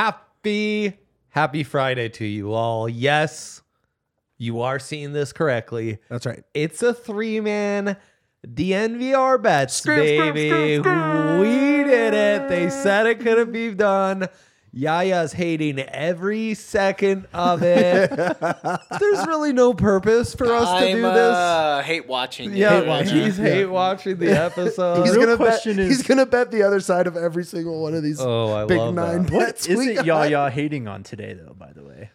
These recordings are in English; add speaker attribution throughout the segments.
Speaker 1: Happy, happy Friday to you all. Yes, you are seeing this correctly.
Speaker 2: That's right.
Speaker 1: It's a three man DNVR bets,
Speaker 2: Screw, screw,
Speaker 1: baby.
Speaker 2: screw, screw.
Speaker 1: We did it. They said it couldn't be done. Yaya's hating every second of it. There's really no purpose for us to
Speaker 3: I'm,
Speaker 1: do this.
Speaker 3: uh, hate watching. it.
Speaker 1: Yeah,
Speaker 2: hate watching.
Speaker 1: he's hate watching the episode.
Speaker 2: He's
Speaker 4: real
Speaker 2: gonna bet.
Speaker 4: question is-
Speaker 2: he's gonna bet the other side of every single one of these
Speaker 1: Oh, I
Speaker 2: big
Speaker 1: love that.
Speaker 2: nine
Speaker 4: What
Speaker 2: bets. we
Speaker 4: isn't
Speaker 2: got.
Speaker 4: Yaya hating on today, though? By the way,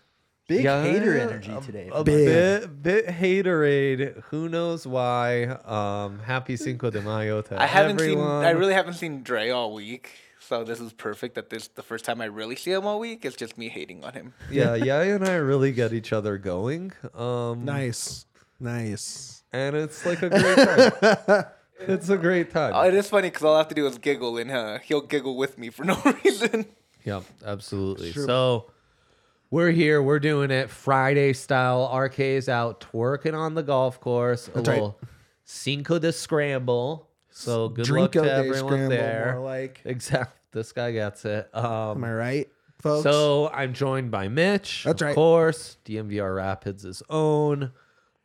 Speaker 4: big
Speaker 1: Yeah,
Speaker 4: hater energy
Speaker 1: a-
Speaker 4: today.
Speaker 1: A
Speaker 2: Big.
Speaker 1: bit, bit haterade. Who knows why? Um, happy Cinco de Mayo to
Speaker 3: I haven't
Speaker 1: everyone.
Speaker 3: seen. I really haven't seen Dre all week, so this is perfect. That this the first time I really see him all week. It's just me hating on him.
Speaker 1: yeah, Yaya and I really get each other going. Um,
Speaker 2: Nice, nice.
Speaker 1: and it's like a great time. it's a great
Speaker 3: Oh,
Speaker 1: time.
Speaker 3: it is funny because all I have to do is giggle, and uh, he'll giggle with me for no reason.
Speaker 1: Yeah, absolutely. So we're here. We're doing it Friday style. RK's out twerking on the golf course. A
Speaker 2: That's right.
Speaker 1: little Cinco de Scramble. So good
Speaker 2: Drinko
Speaker 1: luck to
Speaker 2: de
Speaker 1: everyone
Speaker 2: scramble,
Speaker 1: there.
Speaker 2: more like.
Speaker 1: Except this guy gets it. Um,
Speaker 2: Am I right, folks?
Speaker 1: So I'm joined by Mitch.
Speaker 2: That's
Speaker 1: of
Speaker 2: right.
Speaker 1: course. DMVR Rapids' own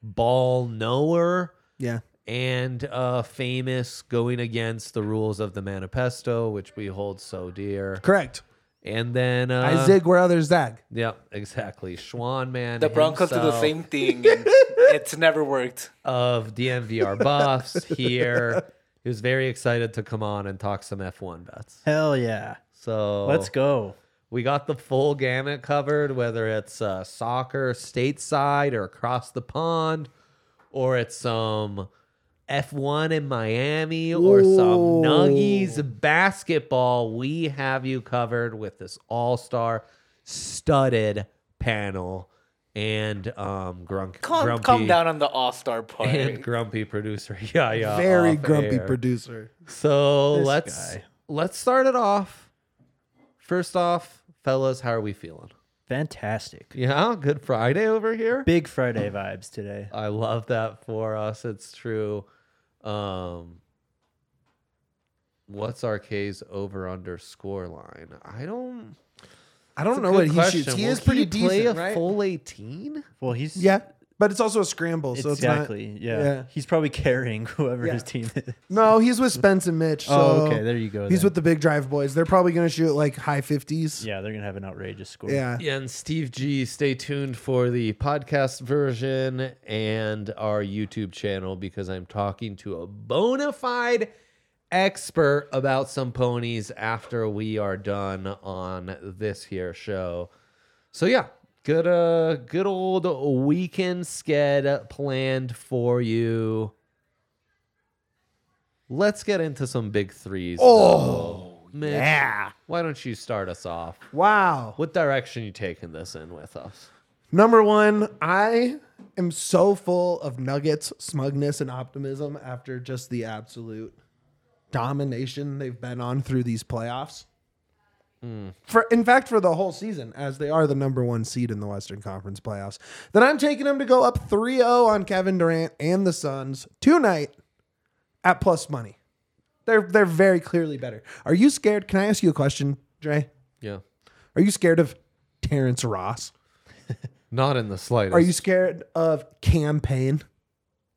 Speaker 1: ball knower
Speaker 2: yeah,
Speaker 1: and uh, famous going against the rules of the manifesto, which we hold so dear.
Speaker 2: correct.
Speaker 1: And then uh,
Speaker 2: I zig where others zag.
Speaker 1: Yep, exactly. Schwan man.
Speaker 3: The Broncos do the
Speaker 1: himself
Speaker 3: same thing, and it's never worked.
Speaker 1: of DMVR buffs here. He was very excited to come on and talk some F1 bets.
Speaker 4: Hell yeah,
Speaker 1: So
Speaker 4: let's go.
Speaker 1: We got the full gamut covered, whether it's uh, soccer stateside or across the pond, or it's some F1 in Miami or some
Speaker 2: Ooh.
Speaker 1: Nuggies basketball. We have you covered with this all star studded panel and um, grunk-
Speaker 3: Calm,
Speaker 1: grumpy.
Speaker 3: calm down on the All Star part.
Speaker 1: And grumpy producer, yeah, yeah,
Speaker 2: Very
Speaker 1: off
Speaker 2: grumpy
Speaker 1: air.
Speaker 2: producer.
Speaker 1: So
Speaker 4: This
Speaker 1: let's
Speaker 4: guy.
Speaker 1: let's start it off. First off, fellas, how are we feeling?
Speaker 4: Fantastic.
Speaker 1: Yeah, good Friday over here.
Speaker 4: Big Friday vibes today.
Speaker 1: I love that for us. It's true. Um What's RK's over under score line? I don't
Speaker 2: I don't
Speaker 1: That's a
Speaker 2: know what
Speaker 1: good
Speaker 2: he
Speaker 1: question.
Speaker 2: shoots. He
Speaker 1: Will
Speaker 2: is pretty
Speaker 1: he play
Speaker 2: decent,
Speaker 1: a
Speaker 2: right?
Speaker 1: full 18?
Speaker 4: Well, he's
Speaker 2: Yeah, but it's also a scramble, so it's not.
Speaker 4: exactly. yeah.
Speaker 2: yeah.
Speaker 4: he's probably carrying whoever
Speaker 2: Yeah.
Speaker 4: his team is.
Speaker 2: No, he's with Spence and Mitch. So
Speaker 4: oh, okay. There you go.
Speaker 2: He's
Speaker 4: then.
Speaker 2: with the big drive boys. They're probably going to shoot like high 50s.
Speaker 4: Yeah, they're gonna have an outrageous score.
Speaker 2: Yeah.
Speaker 1: Yeah, and Steve G, stay tuned for the podcast version and our YouTube channel because I'm talking to a bona fide expert about some ponies after we are done on this here show. So yeah, good uh good old weekend sked planned for you. Let's get into some big threes. Oh, Mitch,
Speaker 2: Yeah.
Speaker 1: Why don't you start us off?
Speaker 2: Wow.
Speaker 1: What direction you taking this in with us?
Speaker 2: Number one, I am so full of Nuggets smugness and optimism after just the absolute domination they've been on through these playoffs. For in fact, for the whole season, as they are the number one seed in the Western Conference playoffs, then I'm taking them to go up 3-0 on Kevin Durant and the Suns tonight at plus money. They're they're very clearly better. Are you scared? Can I ask you a question, Dre?
Speaker 1: Yeah.
Speaker 2: Are you scared of Terrence Ross?
Speaker 1: Not in the slightest.
Speaker 2: Are you scared of campaign?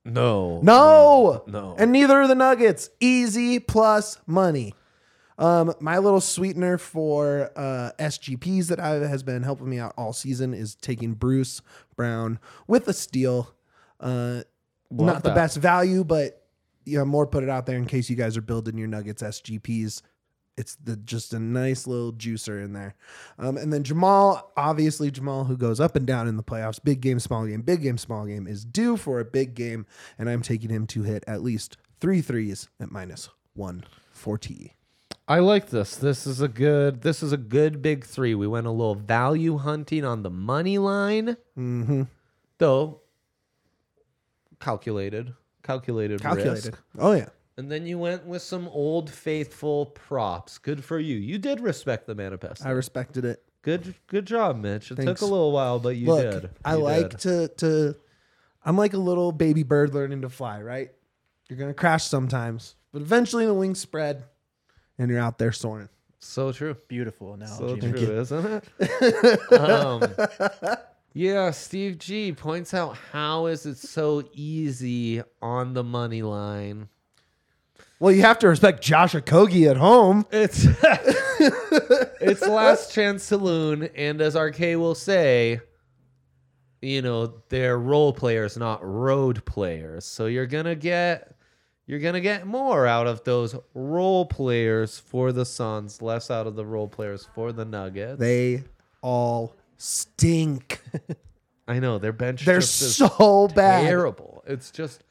Speaker 1: No.
Speaker 2: No.
Speaker 1: No.
Speaker 2: And neither are the Nuggets. Easy plus money. Um, my little sweetener for uh, SGPs that I, has been helping me out all season is taking Bruce Brown with a steal. Uh,
Speaker 1: Love
Speaker 2: not the
Speaker 1: that.
Speaker 2: best value, but you know, more put it out there in case you guys are building your Nuggets SGPs. It's the, just a nice little juicer in there. Um, and then Jamal, obviously Jamal, who goes up and down in the playoffs, big game, small game, big game, small game, is due for a big game, and I'm taking him to hit at least three threes at minus one forty.
Speaker 1: I like this. This is a good this is a good big three. We went a little value hunting on the money line. Mm-hmm. Though calculated. Calculated,
Speaker 2: Calculated.
Speaker 1: risk.
Speaker 2: Oh yeah,
Speaker 1: And then you went with some old faithful props. Good for you. You did respect the manifest.
Speaker 2: I respected it.
Speaker 1: Good good job, Mitch. It took
Speaker 2: Thanks.
Speaker 1: a little while, but you
Speaker 2: Look,
Speaker 1: did.
Speaker 2: I
Speaker 1: You
Speaker 2: like
Speaker 1: did.
Speaker 2: to to. I'm like a little baby bird learning to fly. Right, you're gonna crash sometimes, but eventually the wings spread, and you're out there soaring.
Speaker 1: So true.
Speaker 4: Beautiful analogy.
Speaker 1: So
Speaker 4: man.
Speaker 1: true, isn't it? um, yeah, Steve G points out how is it so easy on the money line.
Speaker 2: Well, you have to respect Josh Okogie at home.
Speaker 1: It's it's last chance saloon, and as RK will say, you know they're role players, not road players. So you're gonna get you're gonna get more out of those role players for the Suns, less out of the role players for the Nuggets.
Speaker 2: They all stink.
Speaker 1: I know their bench.
Speaker 2: They're
Speaker 1: just is
Speaker 2: so bad.
Speaker 1: terrible. It's just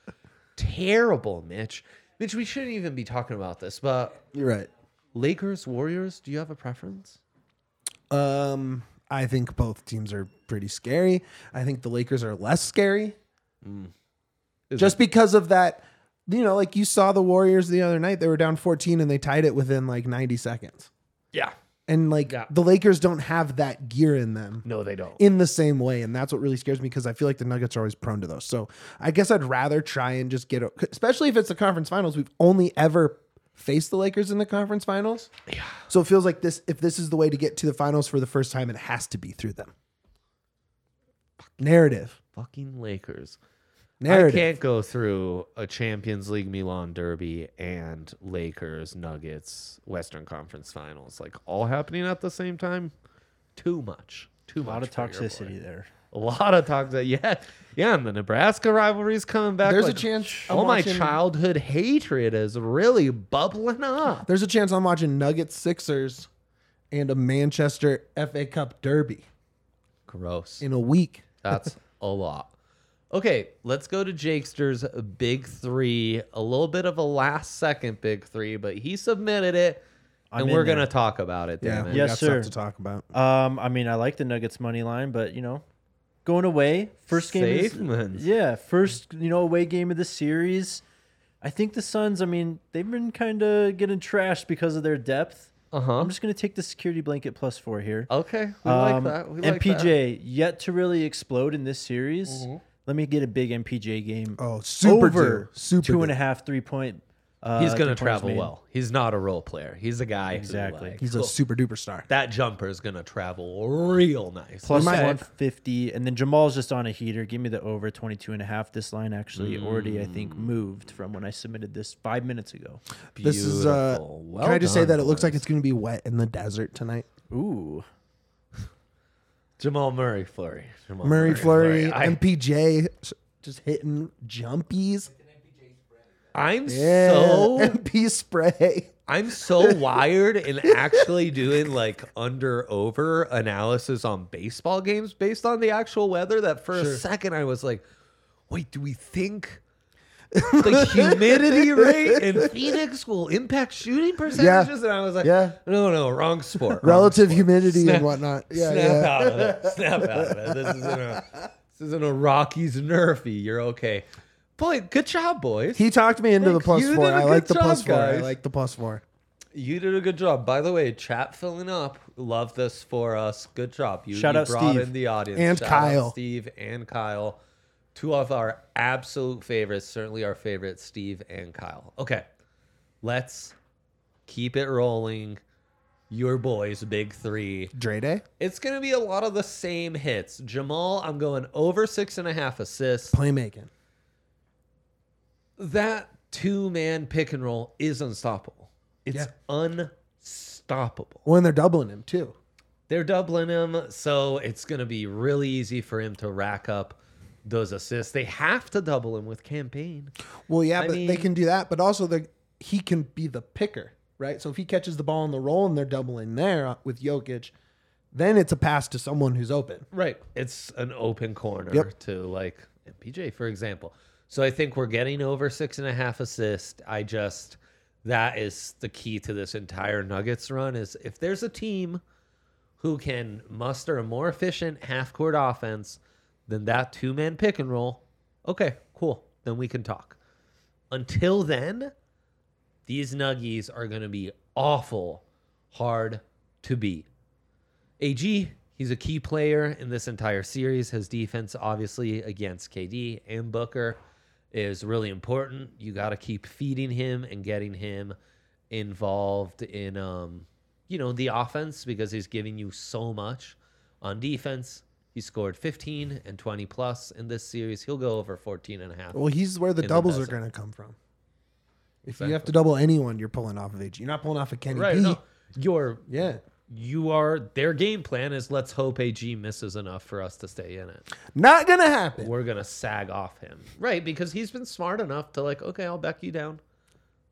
Speaker 1: terrible, Mitch. Mitch, we shouldn't even be talking about this, but
Speaker 2: You're right.
Speaker 1: Lakers, Warriors, do you have a preference?
Speaker 2: Um, I think both teams are pretty scary. I think the Lakers are less scary.
Speaker 1: Is
Speaker 2: Just because of that, you know, like you saw the Warriors the other night, they were down 14 and they tied it within like 90 seconds.
Speaker 1: Yeah.
Speaker 2: And like
Speaker 1: Yeah.
Speaker 2: the Lakers don't have that gear in them
Speaker 1: No, they don't.
Speaker 2: in the same way. And that's what really scares me because I feel like the Nuggets are always prone to those. So I guess I'd rather try and just get, o- especially if it's the conference finals. We've only ever faced the Lakers in the conference finals. Yeah. So it feels like this, if this is the way to get to the finals for the first time, it has to be through them. Narrative.
Speaker 1: Fucking Lakers. I
Speaker 2: Narrative.
Speaker 1: can't go through a Champions League Milan Derby and Lakers, Nuggets, Western Conference Finals, like all happening at the same time. Too much. Too
Speaker 4: A lot
Speaker 1: much
Speaker 4: of
Speaker 1: for your boy.
Speaker 4: toxicity there.
Speaker 1: A lot of toxicity. Yeah. Yeah. And the Nebraska rivalry's coming back.
Speaker 2: There's a
Speaker 1: like,
Speaker 2: chance I'm
Speaker 1: All my
Speaker 2: watching-
Speaker 1: childhood hatred is really bubbling up.
Speaker 2: There's a chance I'm watching Nuggets Sixers and a Manchester FA Cup Derby
Speaker 1: Gross.
Speaker 2: in a week.
Speaker 1: That's a lot. Okay, let's go to Jakester's big three. A little bit of a last second big three, but he submitted it,
Speaker 4: I'm
Speaker 1: and
Speaker 4: in
Speaker 1: we're
Speaker 4: there.
Speaker 1: gonna talk about it. Damn it.
Speaker 4: Yes, sir.
Speaker 2: to talk about.
Speaker 4: Um, I mean, I like the Nuggets money line, but you know, going away first game. is-
Speaker 1: Safemans.
Speaker 4: yeah, first you know away game of the series. I think the Suns. I mean, they've been kind of getting trashed because of their depth.
Speaker 1: Uh huh.
Speaker 4: I'm just gonna take the security blanket plus four here.
Speaker 1: Okay, Uh, we like
Speaker 4: Um,
Speaker 1: that. We like
Speaker 4: MPJ
Speaker 1: that. Mm-hmm.
Speaker 4: yet to really explode in this series. Let me get a big MPJ game.
Speaker 2: Oh, super
Speaker 4: over
Speaker 2: do. Super
Speaker 4: two and
Speaker 2: do.
Speaker 4: a half three point. Uh,
Speaker 1: He's gonna
Speaker 4: three-pointers
Speaker 1: travel
Speaker 4: made.
Speaker 1: well. He's not a role player. He's a guy. who,
Speaker 4: Exactly.
Speaker 1: like,
Speaker 2: He's a super duper star.
Speaker 1: that jumper is gonna travel real nice.
Speaker 4: Plus
Speaker 2: might-
Speaker 4: 150 and then jamal's just on a heater give me the over 22 and a half this line actually already i think
Speaker 1: Mm.
Speaker 4: moved from when i submitted this five minutes ago
Speaker 2: This is. Uh,
Speaker 1: Beautiful.
Speaker 2: can
Speaker 1: Well
Speaker 2: I just say
Speaker 1: done,
Speaker 2: that it looks like
Speaker 1: boys.
Speaker 2: it's going to be wet in the desert tonight?
Speaker 4: ooh
Speaker 1: Jamal Murray Flurry. Jamal
Speaker 2: Murray Flurry,
Speaker 1: I-
Speaker 2: MPJ, s- just hitting jumpies.
Speaker 1: I'm
Speaker 2: Yeah,
Speaker 1: so
Speaker 2: MP spray.
Speaker 1: I'm so wired in actually doing like under over analysis on baseball games based on the actual weather that for a second I was like, wait, do we think the humidity rate in Phoenix will impact shooting percentages? And I was like,
Speaker 2: Yeah.
Speaker 1: no, no, wrong sport. wrong
Speaker 2: Relative
Speaker 1: sport.
Speaker 2: humidity
Speaker 1: Snap-
Speaker 2: and whatnot. Yeah,
Speaker 1: snap
Speaker 2: yeah.
Speaker 1: out of it. Snap out of it. This isn't a, this isn't a Rockies nerfy. You're okay. Boy, good job, boys.
Speaker 2: He talked me into
Speaker 1: Thank
Speaker 2: the plus
Speaker 1: you. You
Speaker 2: four.
Speaker 1: did a
Speaker 2: I
Speaker 1: good
Speaker 2: like the
Speaker 1: job,
Speaker 2: plus four. I
Speaker 1: guys.
Speaker 2: like the plus four.
Speaker 1: You did a good job. By the way, chat filling up. Love this for us. Good job. You,
Speaker 4: Shout
Speaker 1: you
Speaker 4: out
Speaker 1: brought
Speaker 4: Steve.
Speaker 1: in the audience.
Speaker 2: And
Speaker 1: Shout out
Speaker 2: Kyle.
Speaker 1: Steve and Kyle. Two of our absolute favorites. Certainly our favorites, Steve and Kyle. Okay. Let's keep it rolling. Your boys, big three.
Speaker 2: Dre Day
Speaker 1: It's going to be a lot of the same hits. Jamal, I'm going over six and a half assists.
Speaker 2: playmaking.
Speaker 1: That two man pick and roll is unstoppable. It's unstoppable.
Speaker 2: When they're doubling him too.
Speaker 1: They're doubling him, so it's going to be really easy for him to rack up those assists. They have to double him with campaign.
Speaker 2: Well, yeah,
Speaker 1: I
Speaker 2: but they
Speaker 1: mean-
Speaker 2: can do that. But also, they he can be the picker, right? So if he catches the ball on the roll and they're doubling there uh, with Jokic, then it's a pass to someone who's open.
Speaker 1: Right. It's an open corner
Speaker 2: Yep.
Speaker 1: to like MPJ, for example. So I think we're getting over six and a half assists. I just that is the key to this entire Nuggets run is if there's a team who can muster a more efficient half court offense than that two man pick and roll, okay, cool. Then we can talk. Until then, these Nuggies are gonna be awful hard to beat. AG, he's a key player in this entire series. His defense, obviously, against KD and Booker is really important. You got to keep feeding him and getting him involved in um, you know, the offense because he's giving you so much. On defense, he scored 15 and 20 plus in this series. He'll go over 14 and a half.
Speaker 2: Well, he's where the
Speaker 1: In the
Speaker 2: doubles are
Speaker 1: bezel.
Speaker 2: going to come from. If
Speaker 1: Exactly.
Speaker 2: you have to double anyone, you're pulling off of each. You're not pulling off of Kenny
Speaker 1: right.
Speaker 2: P.
Speaker 1: No, you're
Speaker 2: Yeah.
Speaker 1: you are their game plan is let's hope AG misses enough for us to stay in it.
Speaker 2: Not going to happen.
Speaker 1: We're gonna sag off him. Right, because he's been smart enough to like, okay, I'll back you down.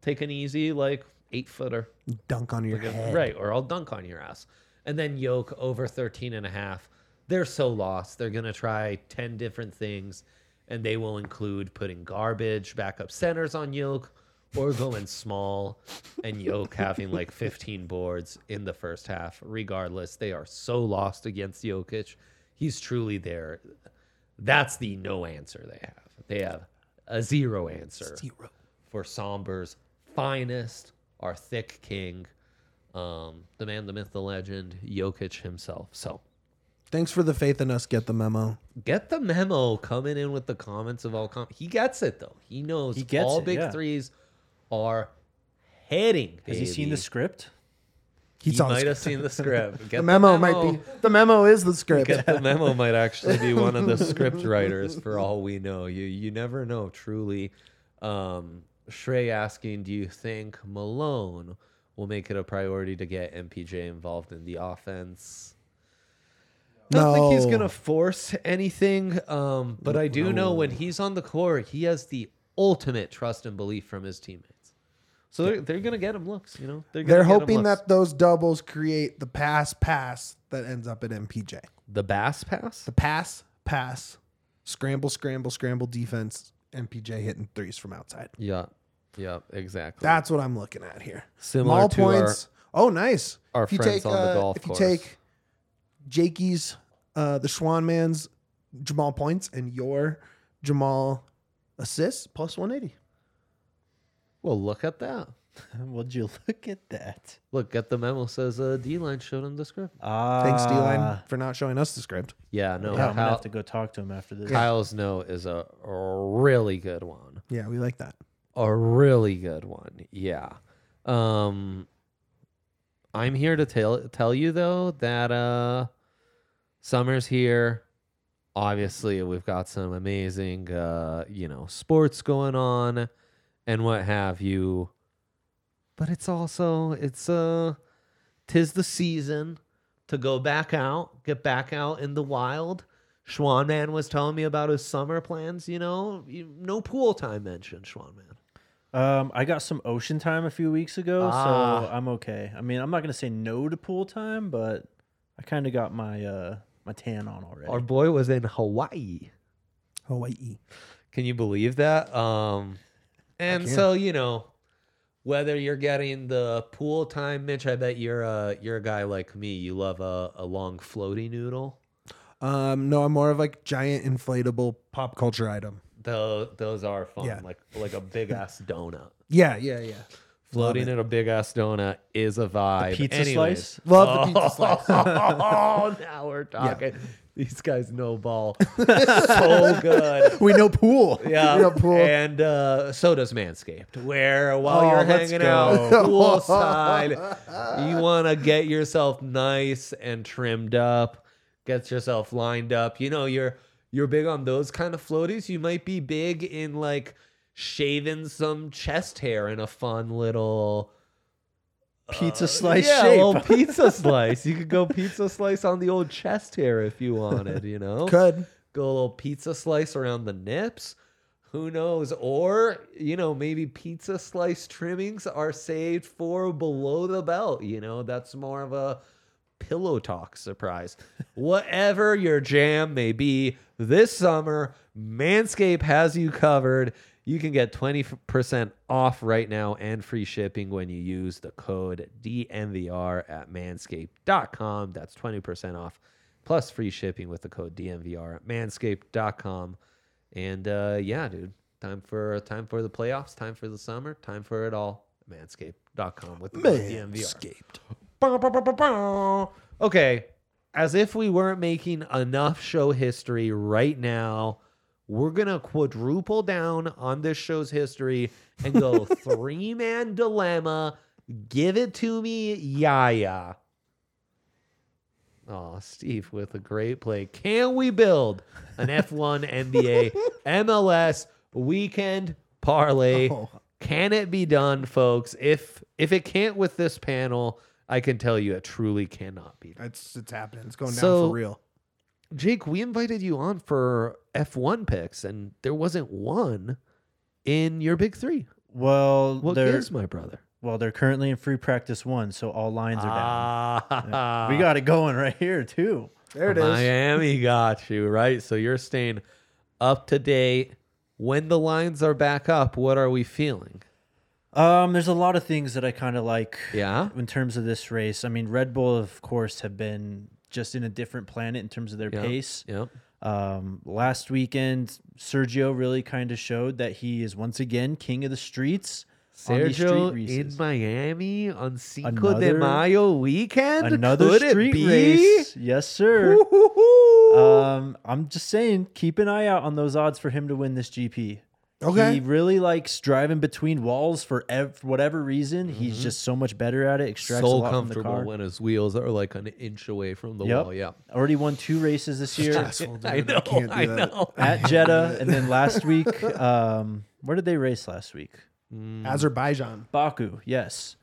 Speaker 1: Take an easy like eight footer.
Speaker 2: Dunk on your head.
Speaker 1: Right, or I'll dunk on your ass. And then yoke over 13 and a half. They're so lost. They're gonna try 10 different things, and they will include putting garbage backup centers on yoke or going small and yoke having like 15 boards in the first half. Regardless, they are so lost against Jokic. He's truly there. That's the no answer they have. They have a zero answer
Speaker 2: Zero.
Speaker 1: for Somber's finest, our thick king, um, the man, the myth, the legend, Jokic himself. So
Speaker 2: Thanks for the faith in us. Get the memo.
Speaker 1: get the memo coming in with the comments of all com. He gets it though. He knows
Speaker 4: He gets
Speaker 1: all
Speaker 4: it,
Speaker 1: big
Speaker 4: yeah.
Speaker 1: threes are heading.
Speaker 4: Has he seen the
Speaker 1: script?
Speaker 4: script?
Speaker 2: He
Speaker 1: He
Speaker 2: saw the
Speaker 1: might have
Speaker 2: script.
Speaker 1: seen the script. Get
Speaker 2: The memo might be. The memo is the script.
Speaker 1: Get the memo might actually be one of the script writers for all we know. You you never know truly. Um, Shrey asking, do you think Malone will make it a priority to get MPJ involved in the offense? I don't think he's
Speaker 2: No.
Speaker 1: gonna force anything. Um, but I do know when he's on the court, he has the ultimate trust and belief from his teammates. So they're, they're gonna get him looks, you know. They're, gonna
Speaker 2: They're
Speaker 1: get him
Speaker 2: hoping
Speaker 1: looks.
Speaker 2: that those doubles create the pass pass that ends up at MPJ.
Speaker 1: the Bass pass.
Speaker 2: The pass pass, scramble scramble scramble defense. MPJ hitting threes from outside.
Speaker 1: Yeah, yeah, exactly.
Speaker 2: That's what I'm looking at here.
Speaker 1: Similar
Speaker 2: Mall
Speaker 1: to our-
Speaker 2: points. oh, nice.
Speaker 1: our friends on the golf
Speaker 2: if
Speaker 1: course.
Speaker 2: you take Jakey's, uh, the Schwan man's Jamal points and your Jamal assists plus 180.
Speaker 1: well, look at that.
Speaker 4: Would you look at that?
Speaker 1: Look, at the memo says uh, D line showed him the script.
Speaker 4: Ah,
Speaker 2: Thanks, D line,
Speaker 4: Yeah,
Speaker 2: for not showing us the script.
Speaker 1: Yeah, no,
Speaker 4: I'm
Speaker 1: Kyle,
Speaker 4: gonna have to go talk to him after this.
Speaker 1: Kyle's no is a really good one.
Speaker 2: Yeah, we like that.
Speaker 1: A really good one. Yeah. Um, I'm here to tell tell you though that uh, summer's here. Obviously, we've got some amazing uh, you know sports going on, and what have you. But it's also it's uh, tis the season to go back out, get back out in the wild. Schwanman was telling me about his summer plans. You know, You- no pool time mentioned. Schwanman.
Speaker 4: Um, I got some ocean time a few weeks ago,
Speaker 1: Ah.
Speaker 4: so I'm okay. I mean, I'm not gonna say no to pool time, but I kind of got my uh my tan on already.
Speaker 1: Our boy was in Hawaii.
Speaker 2: Hawaii.
Speaker 1: Can you believe that? Um, and
Speaker 2: can.
Speaker 1: so you know, whether you're getting the pool time, Mitch, I bet you're a you're a guy like me. You love a, a long floaty noodle.
Speaker 2: Um, no, I'm more of like giant inflatable pop culture item.
Speaker 1: Those those are fun.
Speaker 2: Yeah.
Speaker 1: Like like a big ass donut.
Speaker 2: Yeah, yeah, yeah.
Speaker 1: Floating in a big ass donut is a vibe.
Speaker 4: pizza
Speaker 1: Anyways.
Speaker 4: slice.
Speaker 2: Love the pizza slice.
Speaker 1: Oh, now we're talking. These guys know ball so good.
Speaker 2: We know pool.
Speaker 1: Yeah,
Speaker 2: We know pool.
Speaker 1: and uh, so does Manscaped. Where while
Speaker 4: Oh,
Speaker 1: you're
Speaker 4: let's
Speaker 1: hanging
Speaker 4: go.
Speaker 1: out poolside, you want to get yourself nice and trimmed up, get yourself lined up. You know, you're you're big on those kind of floaties. You might be big in like shaving some chest hair in a fun little uh,
Speaker 4: Pizza slice
Speaker 1: yeah,
Speaker 4: shape.
Speaker 1: little pizza slice. You could go pizza slice on the old chest hair if you wanted. You know,
Speaker 2: Could.
Speaker 1: go a little pizza slice around the nips. Who knows? Or, you know, maybe pizza slice trimmings are saved for below the belt. You know, that's more of a pillow talk surprise. Whatever your jam may be, this summer, Manscaped has you covered. You can get 20% off right now and free shipping when you use the code DNVR at manscaped.com. That's 20% off plus free shipping with the code DNVR at manscaped.com. And uh, yeah, dude, time for time for the playoffs, time for the summer, time for it all. Manscaped.com with the code DNVR.
Speaker 2: Manscaped.
Speaker 1: Bow, bow, bow, bow, bow. Okay. As if we weren't making enough show history right now, we're going to quadruple down on this show's history and go three man dilemma Give it to me, Yaya. Oh, Steve with a great play. Can we build an F1 NBA MLS weekend parlay?
Speaker 2: Oh.
Speaker 1: Can it be done, folks? If if it can't with this panel, I can tell you it truly cannot be done.
Speaker 2: It's it's happening. It's going down
Speaker 1: So-
Speaker 2: for real.
Speaker 1: Jake, we invited you on for F1 picks, and there wasn't one in your big three.
Speaker 4: Well,
Speaker 1: What
Speaker 4: they're
Speaker 1: gives, my brother?
Speaker 4: well, they're currently in free practice one, so all lines are down.
Speaker 1: Ah,
Speaker 4: We got it going right here too.
Speaker 2: There it is.
Speaker 1: Miami got you, right? So you're staying up to date. When the lines are back up, what are we feeling?
Speaker 4: Um, there's a lot of things that I kind of like
Speaker 1: Yeah.
Speaker 4: in terms of this race. I mean, Red Bull, of course, have been just in a different planet in terms of their
Speaker 1: Yeah.
Speaker 4: pace.
Speaker 1: Yep.
Speaker 4: Um, last weekend, Sergio really kind of showed that he is once again king of the streets. on these street
Speaker 1: Sergio in
Speaker 4: races.
Speaker 1: Miami on Cinco de
Speaker 4: Another-
Speaker 1: Mayo weekend.
Speaker 4: another
Speaker 1: Could
Speaker 4: street
Speaker 1: it be?
Speaker 4: race. Yes, sir.
Speaker 1: Woo-hoo-hoo.
Speaker 4: Um, I'm just saying, keep an eye out on those odds for him to win this GP.
Speaker 2: Okay.
Speaker 4: He really likes driving between walls for ev- whatever reason. He's just so much better at it. Extracts a
Speaker 1: so
Speaker 4: lot from the
Speaker 1: comfortable
Speaker 4: car.
Speaker 1: when his wheels are like an inch away from the
Speaker 4: Yep.
Speaker 1: wall. Yeah.
Speaker 4: Already won two races this year
Speaker 2: Asshole, dude.
Speaker 1: I know. I,
Speaker 2: can't do that.
Speaker 1: know.
Speaker 4: at Jeddah, and then last week, um, where did they race last week?
Speaker 2: Azerbaijan.
Speaker 4: Baku, yes.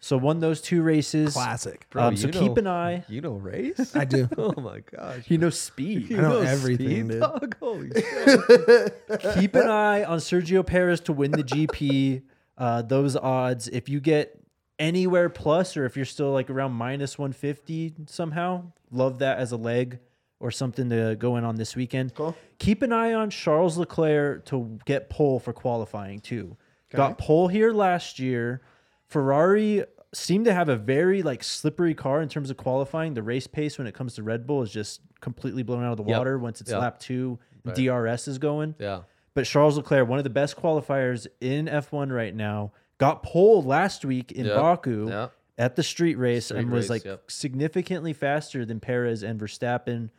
Speaker 4: So won those two races.
Speaker 2: Classic.
Speaker 1: Bro,
Speaker 4: um, so
Speaker 1: you
Speaker 4: keep
Speaker 1: know-
Speaker 4: an eye.
Speaker 1: You know race?
Speaker 2: I do.
Speaker 1: oh my gosh.
Speaker 4: You know speed.
Speaker 2: I know everything, dude.
Speaker 1: dog. Holy shit.
Speaker 4: keep an eye on Sergio Perez to win the GP. Uh, those odds, if you get anywhere plus, or if you're still like around minus 150 somehow, love that as a leg or something to go in on this weekend.
Speaker 2: Cool.
Speaker 4: Keep an eye on Charles Leclerc to get pole for qualifying too. Got pole here last year. Ferrari seemed to have a very like slippery car in terms of qualifying. The race pace when it comes to Red Bull is just completely blown out of the
Speaker 1: Yep.
Speaker 4: water once it's
Speaker 1: Yep.
Speaker 4: lap two. DRS is going.
Speaker 1: Yeah.
Speaker 4: But Charles Leclerc, one of the best qualifiers in F1 right now, got pole last week in
Speaker 1: Yep,
Speaker 4: Baku
Speaker 1: yep.
Speaker 4: at the street race and
Speaker 1: Street
Speaker 4: was
Speaker 1: race,
Speaker 4: like
Speaker 1: yep.
Speaker 4: significantly faster than Perez and Verstappen.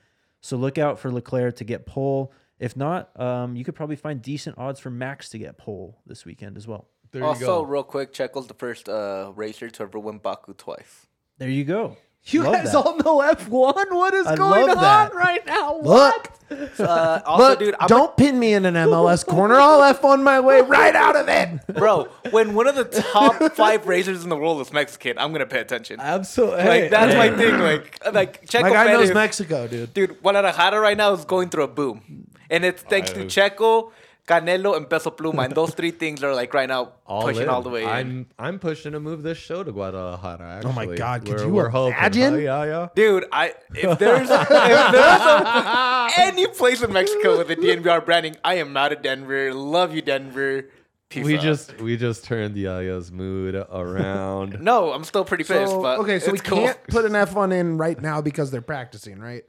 Speaker 4: So look out for Leclerc to get pole. If not, um, you could probably find decent odds for Max to get pole this weekend as well.
Speaker 1: There you
Speaker 3: Also,
Speaker 1: go.
Speaker 3: real quick, Checo's the first uh, racer to ever win Baku twice.
Speaker 4: There you go.
Speaker 1: You
Speaker 4: Love
Speaker 1: guys
Speaker 4: that.
Speaker 1: all know F1? What is
Speaker 4: I
Speaker 1: going
Speaker 4: love
Speaker 1: on
Speaker 4: that.
Speaker 1: right now? What?
Speaker 2: Look,
Speaker 3: Uh, also,
Speaker 2: look,
Speaker 3: dude, I'm a-
Speaker 2: don't pin me in an MLS corner. I'll F on my way right out of it.
Speaker 3: bro. When one of the top five racers in the world is Mexican, I'm gonna pay attention.
Speaker 1: Absolutely.
Speaker 3: Like that's my thing. Like, like Checo
Speaker 2: My guy knows
Speaker 3: Perez-
Speaker 2: Mexico, dude.
Speaker 3: dude. Guadalajara right now is going through a boom, and it's thanks to Checo, Canelo, and Peso Pluma, and those three things are like right now pushing all the way. in.
Speaker 1: I'm I'm pushing to move this show to Guadalajara. Actually.
Speaker 2: Oh my God, could
Speaker 1: We're-
Speaker 2: you
Speaker 1: we're hoping, huh?
Speaker 2: imagine?
Speaker 1: Yeah, yeah.
Speaker 3: Dude, I if there's if there's a, any place in Mexico with a DNVR branding, I am out of Denver. Love you, Denver. Peace
Speaker 1: We
Speaker 3: out.
Speaker 1: just we just turned Yaya's mood around.
Speaker 3: no, I'm still pretty pissed.
Speaker 2: So,
Speaker 3: but
Speaker 2: okay, so we
Speaker 3: it's cool.
Speaker 2: can't put an F1 in right now because they're practicing, right?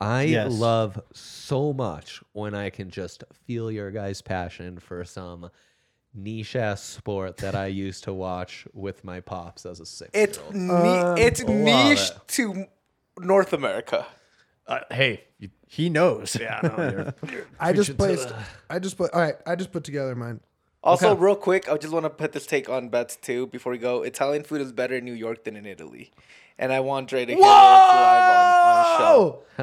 Speaker 1: I
Speaker 4: Yes.
Speaker 1: love so much when I can just feel your guys' passion for some niche ass sport that I used to watch with my pops as a six year
Speaker 3: It's
Speaker 1: old.
Speaker 3: ni-
Speaker 2: Um,
Speaker 3: it's niche to North America.
Speaker 1: hey, you,
Speaker 4: He knows.
Speaker 1: yeah, no, you're-
Speaker 2: I just
Speaker 1: Preaching to
Speaker 2: placed. I just put. All right, I just put together mine.
Speaker 3: Also, real quick, I just want to put this take on bets too before we go. Italian food is better in New York than in Italy, and I want Dre to get this live on, on show.
Speaker 2: Oh,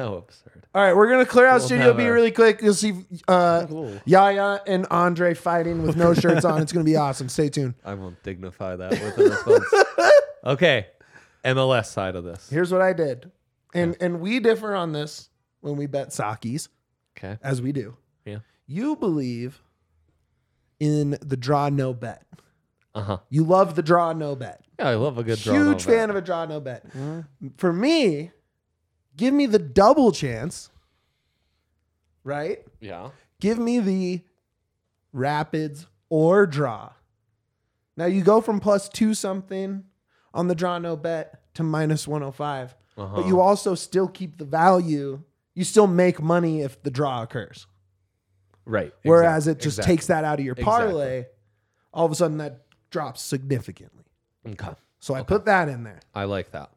Speaker 1: how absurd.
Speaker 2: all right. We're gonna clear out Studio
Speaker 1: have
Speaker 2: B
Speaker 1: a-
Speaker 2: really quick. You'll see uh, Yaya and Andre fighting with no shirts on. It's gonna be awesome. Stay tuned.
Speaker 1: I won't dignify that with a response. okay, MLS side of this.
Speaker 2: Here's what I did, and and we differ on this when we bet Sakis
Speaker 1: Okay,
Speaker 2: as we do.
Speaker 1: yeah,
Speaker 2: You believe in the draw no bet.
Speaker 1: uh huh.
Speaker 2: You love the draw no bet.
Speaker 1: Yeah, I love a good draw. Mm-hmm.
Speaker 2: Huge fan of a draw no bet. For me, give me the double chance. Right?
Speaker 1: Yeah,
Speaker 2: Give me the rapids or draw. Now you go from plus two something on the draw no bet to minus 105,
Speaker 1: Uh-huh.
Speaker 2: but you also still keep the value. You still make money if the draw occurs.
Speaker 1: right.
Speaker 2: Whereas it just
Speaker 1: exactly.
Speaker 2: takes that out of your
Speaker 1: Exactly.
Speaker 2: parlay, all of a sudden that drops significantly.
Speaker 1: Okay,
Speaker 2: So I put that in there.
Speaker 1: I like that.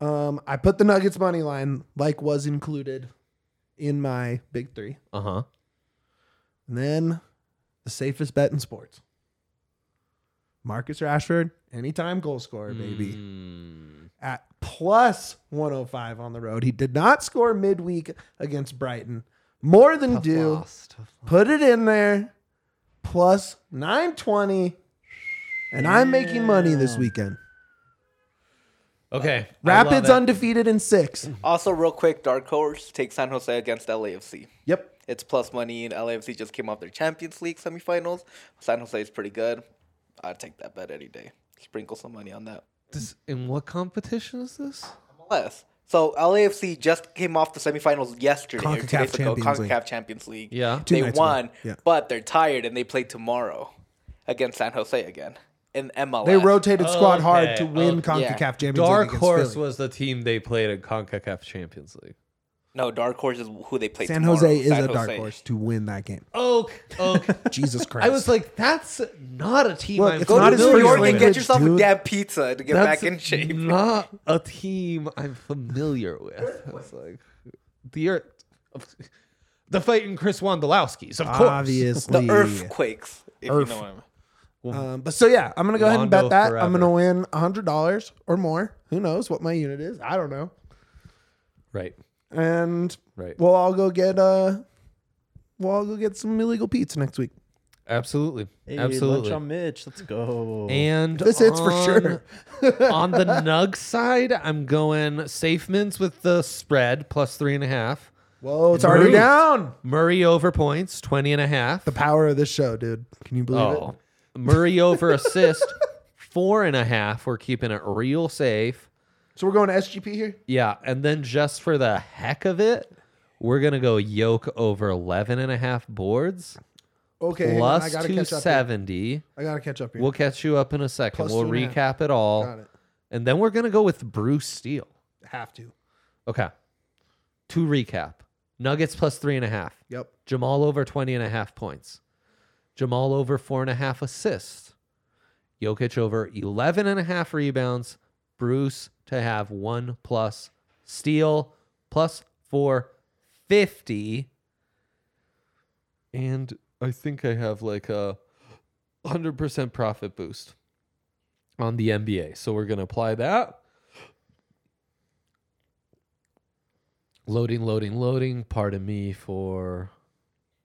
Speaker 2: Um, I put the Nuggets money line like was included in my big three.
Speaker 1: Uh huh.
Speaker 2: And then the safest bet in sports. Marcus Rashford, anytime goal scorer, baby.
Speaker 1: Mm. Hmm.
Speaker 2: At plus 105 on the road. He did not score midweek against Brighton. More than due.
Speaker 1: Loss, tough loss.
Speaker 2: Put it in there. Plus 920. And I'm making money this weekend.
Speaker 1: Okay. I love
Speaker 2: Rapids
Speaker 1: it. Oh,
Speaker 2: undefeated in six.
Speaker 3: Also, real quick, Dark Horse takes San Jose against LAFC.
Speaker 2: Yep.
Speaker 3: It's plus money, and LAFC just came off their Champions League semifinals. San Jose is pretty good. I'd take that bet any day. Sprinkle some money on that.
Speaker 1: This, in what competition is this?
Speaker 3: MLS. So LAFC just came off the semifinals yesterday. or two
Speaker 2: CONCACAF
Speaker 3: days ago,
Speaker 2: Champions League.
Speaker 3: CONCACAF Champions League.
Speaker 1: Yeah.
Speaker 2: Two
Speaker 3: they
Speaker 2: nights ago.
Speaker 3: won,
Speaker 2: Yeah.
Speaker 3: but they're tired and they play tomorrow against San Jose again in MLS.
Speaker 2: They rotated squad hard to
Speaker 1: Okay,
Speaker 2: win
Speaker 1: okay.
Speaker 2: CONCACAF
Speaker 3: Yeah.
Speaker 2: Champions League.
Speaker 1: Dark
Speaker 2: against
Speaker 1: Horse
Speaker 2: Philly.
Speaker 1: was the team they played in CONCACAF Champions League.
Speaker 3: No, dark horse is who they play.
Speaker 2: San
Speaker 3: tomorrow.
Speaker 2: Jose is
Speaker 3: San
Speaker 2: a dark
Speaker 3: Jose.
Speaker 2: horse to win that game.
Speaker 1: Oh, okay.
Speaker 2: Jesus Christ.
Speaker 1: I was like, that's not a team.
Speaker 2: Look,
Speaker 1: I'm
Speaker 2: it's
Speaker 3: Go
Speaker 2: not
Speaker 3: to
Speaker 2: his
Speaker 1: familiar
Speaker 3: New York
Speaker 1: with.
Speaker 3: and
Speaker 2: language,
Speaker 3: get yourself a
Speaker 2: dude.
Speaker 3: damn pizza to get
Speaker 1: That's
Speaker 3: back in shape.
Speaker 1: Not a team I'm familiar with. It's like the earth, the fighting Chris Wondolowski's, of course.
Speaker 2: obviously.
Speaker 3: the earthquakes. If you know what I mean.
Speaker 2: Um, but so yeah, I'm gonna go ahead and bet
Speaker 1: Londo
Speaker 2: that. I'm
Speaker 1: forever.
Speaker 2: gonna win hundred dollars or more. Who knows what my unit is? I don't know.
Speaker 1: Right.
Speaker 2: And
Speaker 1: Right.
Speaker 2: we'll all go get uh, we'll all go get some illegal pizza next week.
Speaker 1: Absolutely.
Speaker 4: Hey,
Speaker 1: Absolutely.
Speaker 4: Lunch on Mitch. Let's go.
Speaker 1: and
Speaker 2: This hits for
Speaker 1: on-
Speaker 2: sure.
Speaker 1: on the Nug side, I'm going Safemans with the spread plus three and a half.
Speaker 2: Whoa, it's already
Speaker 1: Moved.
Speaker 2: down.
Speaker 1: Murray over points, 20 and a half.
Speaker 2: The power of this show, dude. Can you believe
Speaker 1: Oh, Murray over assist, four and a half. We're keeping it real safe.
Speaker 2: it? So we're going to SGP here.
Speaker 1: Yeah, and then just for the heck of it, we're gonna go yoke over 11 and a half boards
Speaker 2: Okay, hang on, I
Speaker 1: plus
Speaker 2: gotta catch up. Here.
Speaker 1: 270.
Speaker 2: I gotta catch up here.
Speaker 1: We'll catch you up in a second.
Speaker 2: Plus
Speaker 1: we'll
Speaker 2: two and a half.
Speaker 1: recap it all,
Speaker 2: Got it.
Speaker 1: and then we're gonna go with Bruce Steele.
Speaker 2: Have to.
Speaker 1: Okay. To recap, Nuggets plus three and a half.
Speaker 2: Yep.
Speaker 1: Jamal over 20 and a half points. Jamal over four and a half assists. Jokic over 11 and a half rebounds. Bruce to have one plus steal plus 450. And I think I have like a 100% profit boost on the NBA. So we're going to apply that. Loading, loading, loading. Pardon me for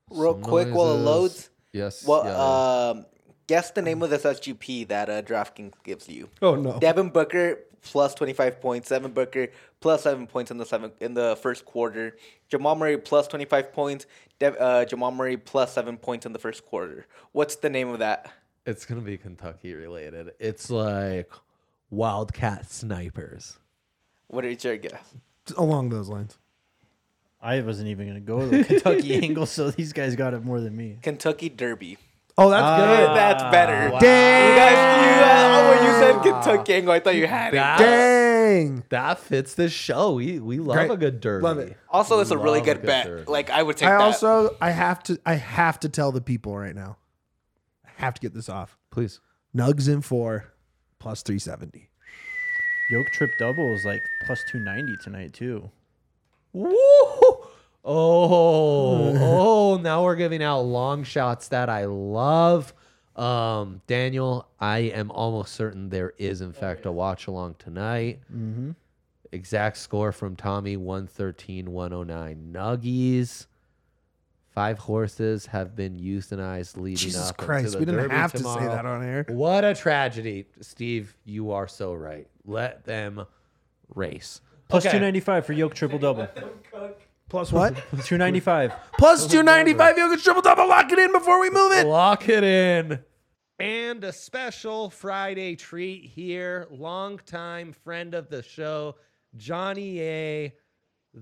Speaker 3: Real
Speaker 1: some
Speaker 3: quick while it
Speaker 1: noises.
Speaker 3: loads.
Speaker 1: Yes.
Speaker 3: Well,
Speaker 1: yeah.
Speaker 3: um, guess the name of this SGP that uh, DraftKings gives you.
Speaker 2: Oh no.
Speaker 3: Devin Booker plus twenty five points. Devin Booker plus seven points in the seven in the first quarter. Jamal Murray plus twenty five points. Dev, uh, Jamal Murray plus seven points in the first quarter. What's the name of that?
Speaker 1: it's gonna be Kentucky related. It's like Wildcat Snipers.
Speaker 3: What is your guess?
Speaker 2: Along those lines.
Speaker 4: I wasn't even going to go to the Kentucky angle, so these guys got it more than me.
Speaker 3: Kentucky Derby.
Speaker 2: Oh, that's
Speaker 1: Uh,
Speaker 3: Eh,
Speaker 2: good.
Speaker 3: That's better.
Speaker 2: Dang.
Speaker 3: You guys, you, uh, when you said Kentucky angle, I thought you had it.
Speaker 1: That-
Speaker 2: Dang.
Speaker 1: That fits this show. We we love
Speaker 2: Great.
Speaker 1: a good derby.
Speaker 2: Love it.
Speaker 3: Also, it's a really
Speaker 1: Love a
Speaker 3: good
Speaker 1: good
Speaker 3: bet.
Speaker 1: derby.
Speaker 3: Like I would take
Speaker 2: I
Speaker 3: that.
Speaker 2: also I have to I have to tell the people right now. I have to get this off.
Speaker 1: Please.
Speaker 2: Nugs in four plus three seventy.
Speaker 4: Yoke trip double is like plus 290 tonight, too.
Speaker 1: Woo! Oh, oh! Now we're giving out long shots that I love. Um, Daniel, I am almost certain there is, in fact, a watch along tonight. Mm-hmm. Exact score from Tommy 113 109. Nuggies. Five horses have been euthanized leading
Speaker 2: Jesus
Speaker 1: up. into
Speaker 2: Christ,
Speaker 1: the
Speaker 2: we didn't
Speaker 1: Derby
Speaker 2: have to say
Speaker 1: tomorrow.
Speaker 2: that on air.
Speaker 1: What a tragedy. Steve, you are so right. Let them race.
Speaker 4: Plus
Speaker 1: Okay.
Speaker 4: 295 for Yoke triple double.
Speaker 2: Plus what?
Speaker 4: 295.
Speaker 2: plus two ninety five Jokic triple double. Lock it in before we move it.
Speaker 1: Lock it in. And a special Friday treat here. Longtime friend of the show, Johnny A,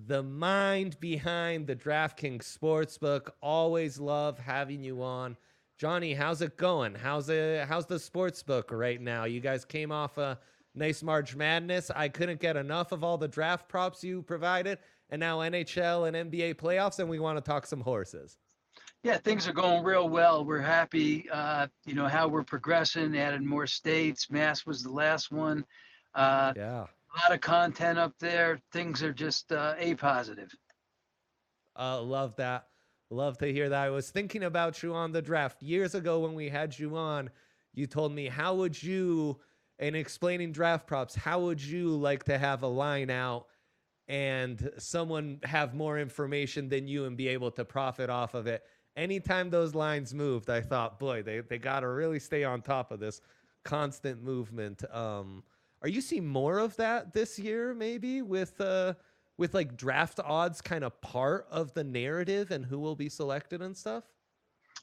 Speaker 1: the mind behind the DraftKings Sportsbook. Always love having you on. Johnny, how's it going? How's it how's the sportsbook right now? You guys came off a nice March Madness. I couldn't get enough of all the draft props you provided. And now NHL and NBA playoffs, and we want to talk some horses.
Speaker 5: Yeah, things are going real well. We're happy, uh, you know, how we're progressing, added more states. Mass was the last one. Uh,
Speaker 1: Yeah.
Speaker 5: a lot of content up there. Things are just uh, A positive.
Speaker 1: Uh, love that. Love to hear that. I was thinking about you on the draft years ago when we had you on. You told me how would you, in explaining draft props, how would you like to have a line out and someone have more information than you and be able to profit off of it? Anytime those lines moved, I thought, boy, they, they got to really stay on top of this constant movement. Um, are you seeing more of that this year, maybe with uh, with like draft odds kind of part of the narrative and who will be selected and stuff?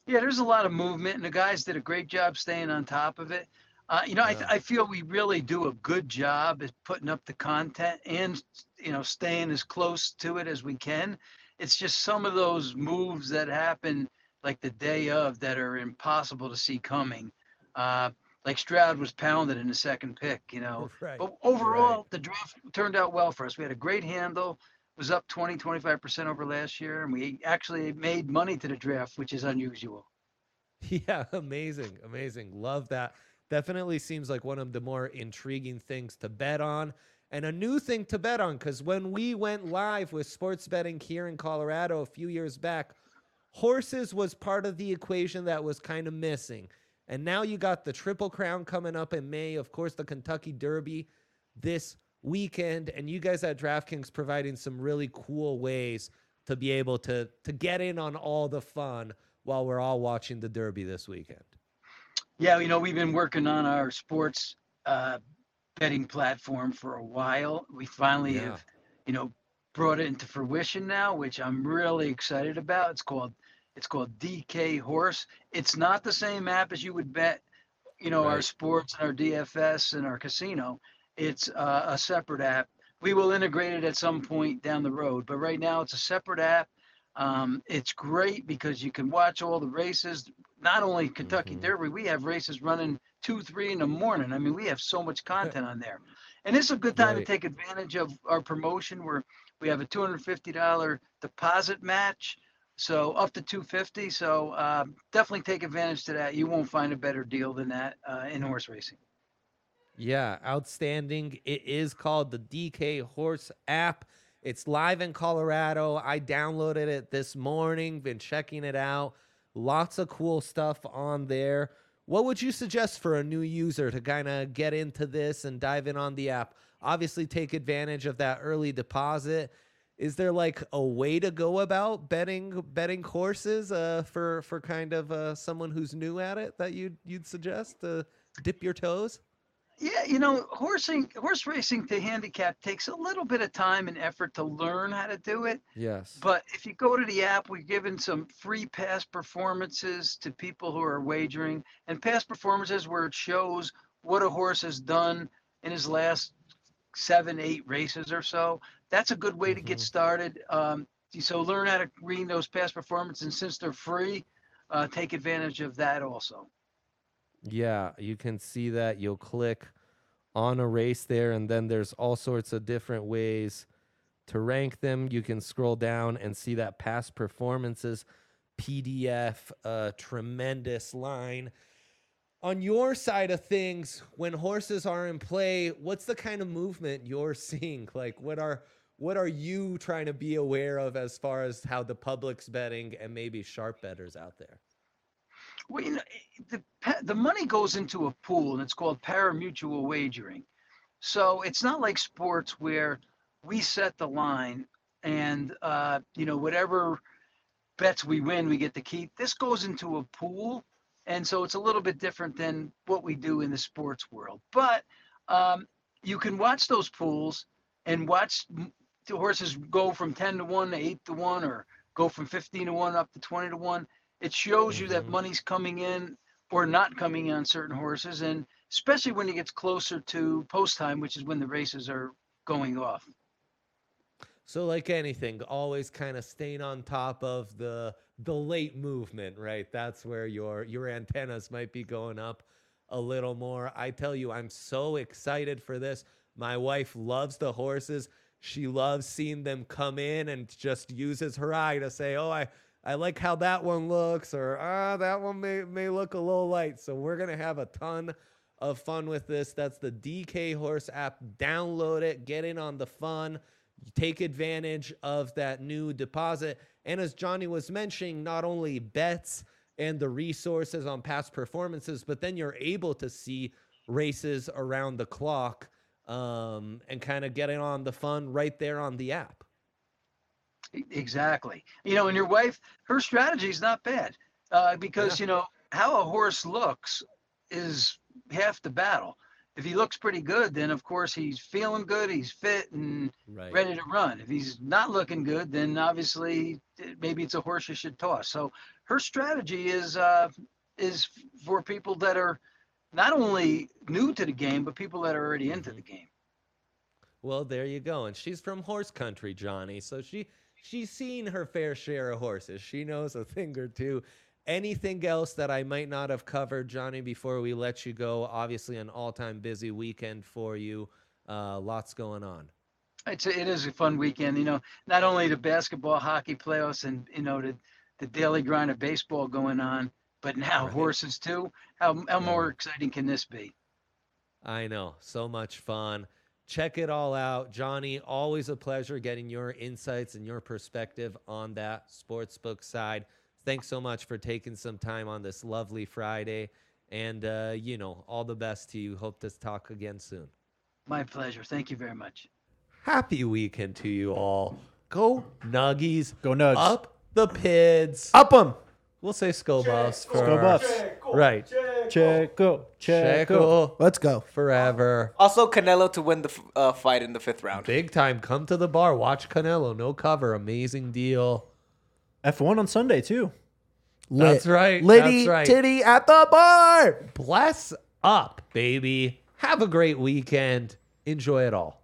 Speaker 5: Yeah, there's a lot of movement, and the guys did a great job staying on top of it. Uh, you know, I, th- I feel we really do a good job at putting up the content and you know staying as close to it as we can. It's just some of those moves that happen like the day of that are impossible to see coming. Uh, like Stroud was pounded in the second pick, you know.
Speaker 1: Right.
Speaker 5: But overall, the draft turned out well for us. We had a great handle. It was up 20, 25% over last year, and we actually made money to the draft, which is unusual.
Speaker 1: Yeah, amazing, amazing. Love that. Definitely seems like one of the more intriguing things to bet on and a new thing to bet on because when we went live with sports betting here in Colorado a few years back, horses was part of the equation that was kind of missing. And now you got the Triple Crown coming up in May, of course, the Kentucky Derby this weekend, and you guys at DraftKings providing some really cool ways to be able to to get in on all the fun while we're all watching the Derby this weekend.
Speaker 5: Yeah, you know, we've been working on our sports uh, betting platform for a while. We finally
Speaker 1: Yeah.
Speaker 5: have, you know, brought it into fruition now, which I'm really excited about. It's called it's called DK Horse. It's not the same app as you would bet, you know, our
Speaker 1: Right.
Speaker 5: sports and our DFS and our casino. It's uh, a separate app. We will integrate it at some point down the road, but right now it's a separate app. Um, it's great because you can watch all the races. Not only Kentucky Derby, we have races running two, three in the morning. I mean, we have so much content on there, and this is a good time
Speaker 1: Right.
Speaker 5: to take advantage of our promotion. Where we have a two hundred fifty dollar deposit match, so up to two fifty. So uh, definitely take advantage to that. You won't find a better deal than that uh, in horse racing.
Speaker 1: Yeah, outstanding. It is called the DK Horse app. It's live in Colorado. I downloaded it this morning, been checking it out. Lots of cool stuff on there. What would you suggest for a new user to kind of get into this and dive in on the app? Obviously, take advantage of that early deposit. Is there like a way to go about betting betting horses uh, for for kind of uh, someone who's new at it that you'd you'd suggest to dip your toes?
Speaker 5: Yeah, you know, horsing horse racing to handicap takes a little bit of time and effort to learn how to do it.
Speaker 1: Yes.
Speaker 5: But if you go to the app, we're giving some free past performances to people who are wagering, and past performances where it shows what a horse has done in his last seven, eight races or so. That's a good way to get started. Um, so learn how to read those past performances, and since they're free, uh, take advantage of that also.
Speaker 1: Yeah, you can see that. You'll click on a race there, and then there's all sorts of different ways to rank them. You can scroll down and see that past performances PDF, uh, tremendous line. On your side of things, when horses are in play, what's the kind of movement you're seeing? Like, what are what are you trying to be aware of as far as how the public's betting and maybe sharp betters out there?
Speaker 5: Well, you know, it- the pa- the money goes into a pool, and it's called paramutual wagering. So it's not like sports where we set the line, and uh, you know whatever bets we win, we get to keep. This goes into a pool, and so it's a little bit different than what we do in the sports world. But um, you can watch those pools and watch m- the horses go from ten to one to eight to one, or go from fifteen to one up to twenty to one. It shows you that
Speaker 1: Mhm.
Speaker 5: money's coming in or not coming in on certain horses, and especially when it gets closer to post time, which is when the races are going off.
Speaker 1: So like anything, always kind of staying on top of the the late movement, right? That's where your your antennas might be going up a little more. I tell you, I'm so excited for this. My wife loves the horses. She loves seeing them come in and just uses her eye to say, "Oh, I I like how that one looks," or "Ah, that one may may look a little light." So we're gonna have a ton of fun with this. That's the DK Horse app. Download it. Get in on the fun take advantage of that new deposit. And as Johnny was mentioning, not only bets and the resources on past performances, but then you're able to see races around the clock um, and kind of getting on the fun right there on the app.
Speaker 5: E- Exactly. You know, and your wife, her strategy is not bad uh, because, you know, how a horse looks is half the battle. If he looks pretty good, then of course he's feeling good, he's fit and
Speaker 1: Right.
Speaker 5: ready to run. If he's not looking good, then obviously eh, maybe it's a horse you should toss. So her strategy is uh, is for people that are not only new to the game, but people that are already into the game.
Speaker 1: Well, there you go. And she's from horse country, Johnny. So she she's seen her fair share of horses. She knows a thing or two. Anything else that I might not have covered, Johnny, before we let you go? Obviously, an all time busy weekend for you. Uh, lots going on.
Speaker 5: It's a, it is a fun weekend, you know. Not only the basketball, hockey playoffs, and you know the the daily grind of baseball going on, but now
Speaker 1: Right.
Speaker 5: horses too. How how more exciting can this be?
Speaker 1: I know. So much fun. Check it all out. Johnny, always a pleasure getting your insights and your perspective on that sportsbook side. Thanks so much for taking some time on this lovely Friday. And, uh, you know, all the best to you. Hope to talk again soon.
Speaker 5: My pleasure. Thank you very much.
Speaker 1: Happy weekend to you all. Go Nuggies.
Speaker 4: Go Nugs.
Speaker 1: Up the Pids.
Speaker 2: Up them.
Speaker 1: We'll say Scobuffs for
Speaker 4: Go Buffs.
Speaker 1: Right.
Speaker 4: Checo. Checo.
Speaker 1: Checkle
Speaker 2: Let's go.
Speaker 1: forever.
Speaker 3: Also, Canelo to win the f- uh, fight in the fifth round.
Speaker 1: Big time. Come to the bar. Watch Canelo. No cover. Amazing deal.
Speaker 4: F1 on Sunday, too.
Speaker 2: Lit.
Speaker 1: That's right,
Speaker 2: Liddy
Speaker 1: that's right.
Speaker 2: titty at the bar.
Speaker 1: Bless up, baby. Have a great weekend. Enjoy it all.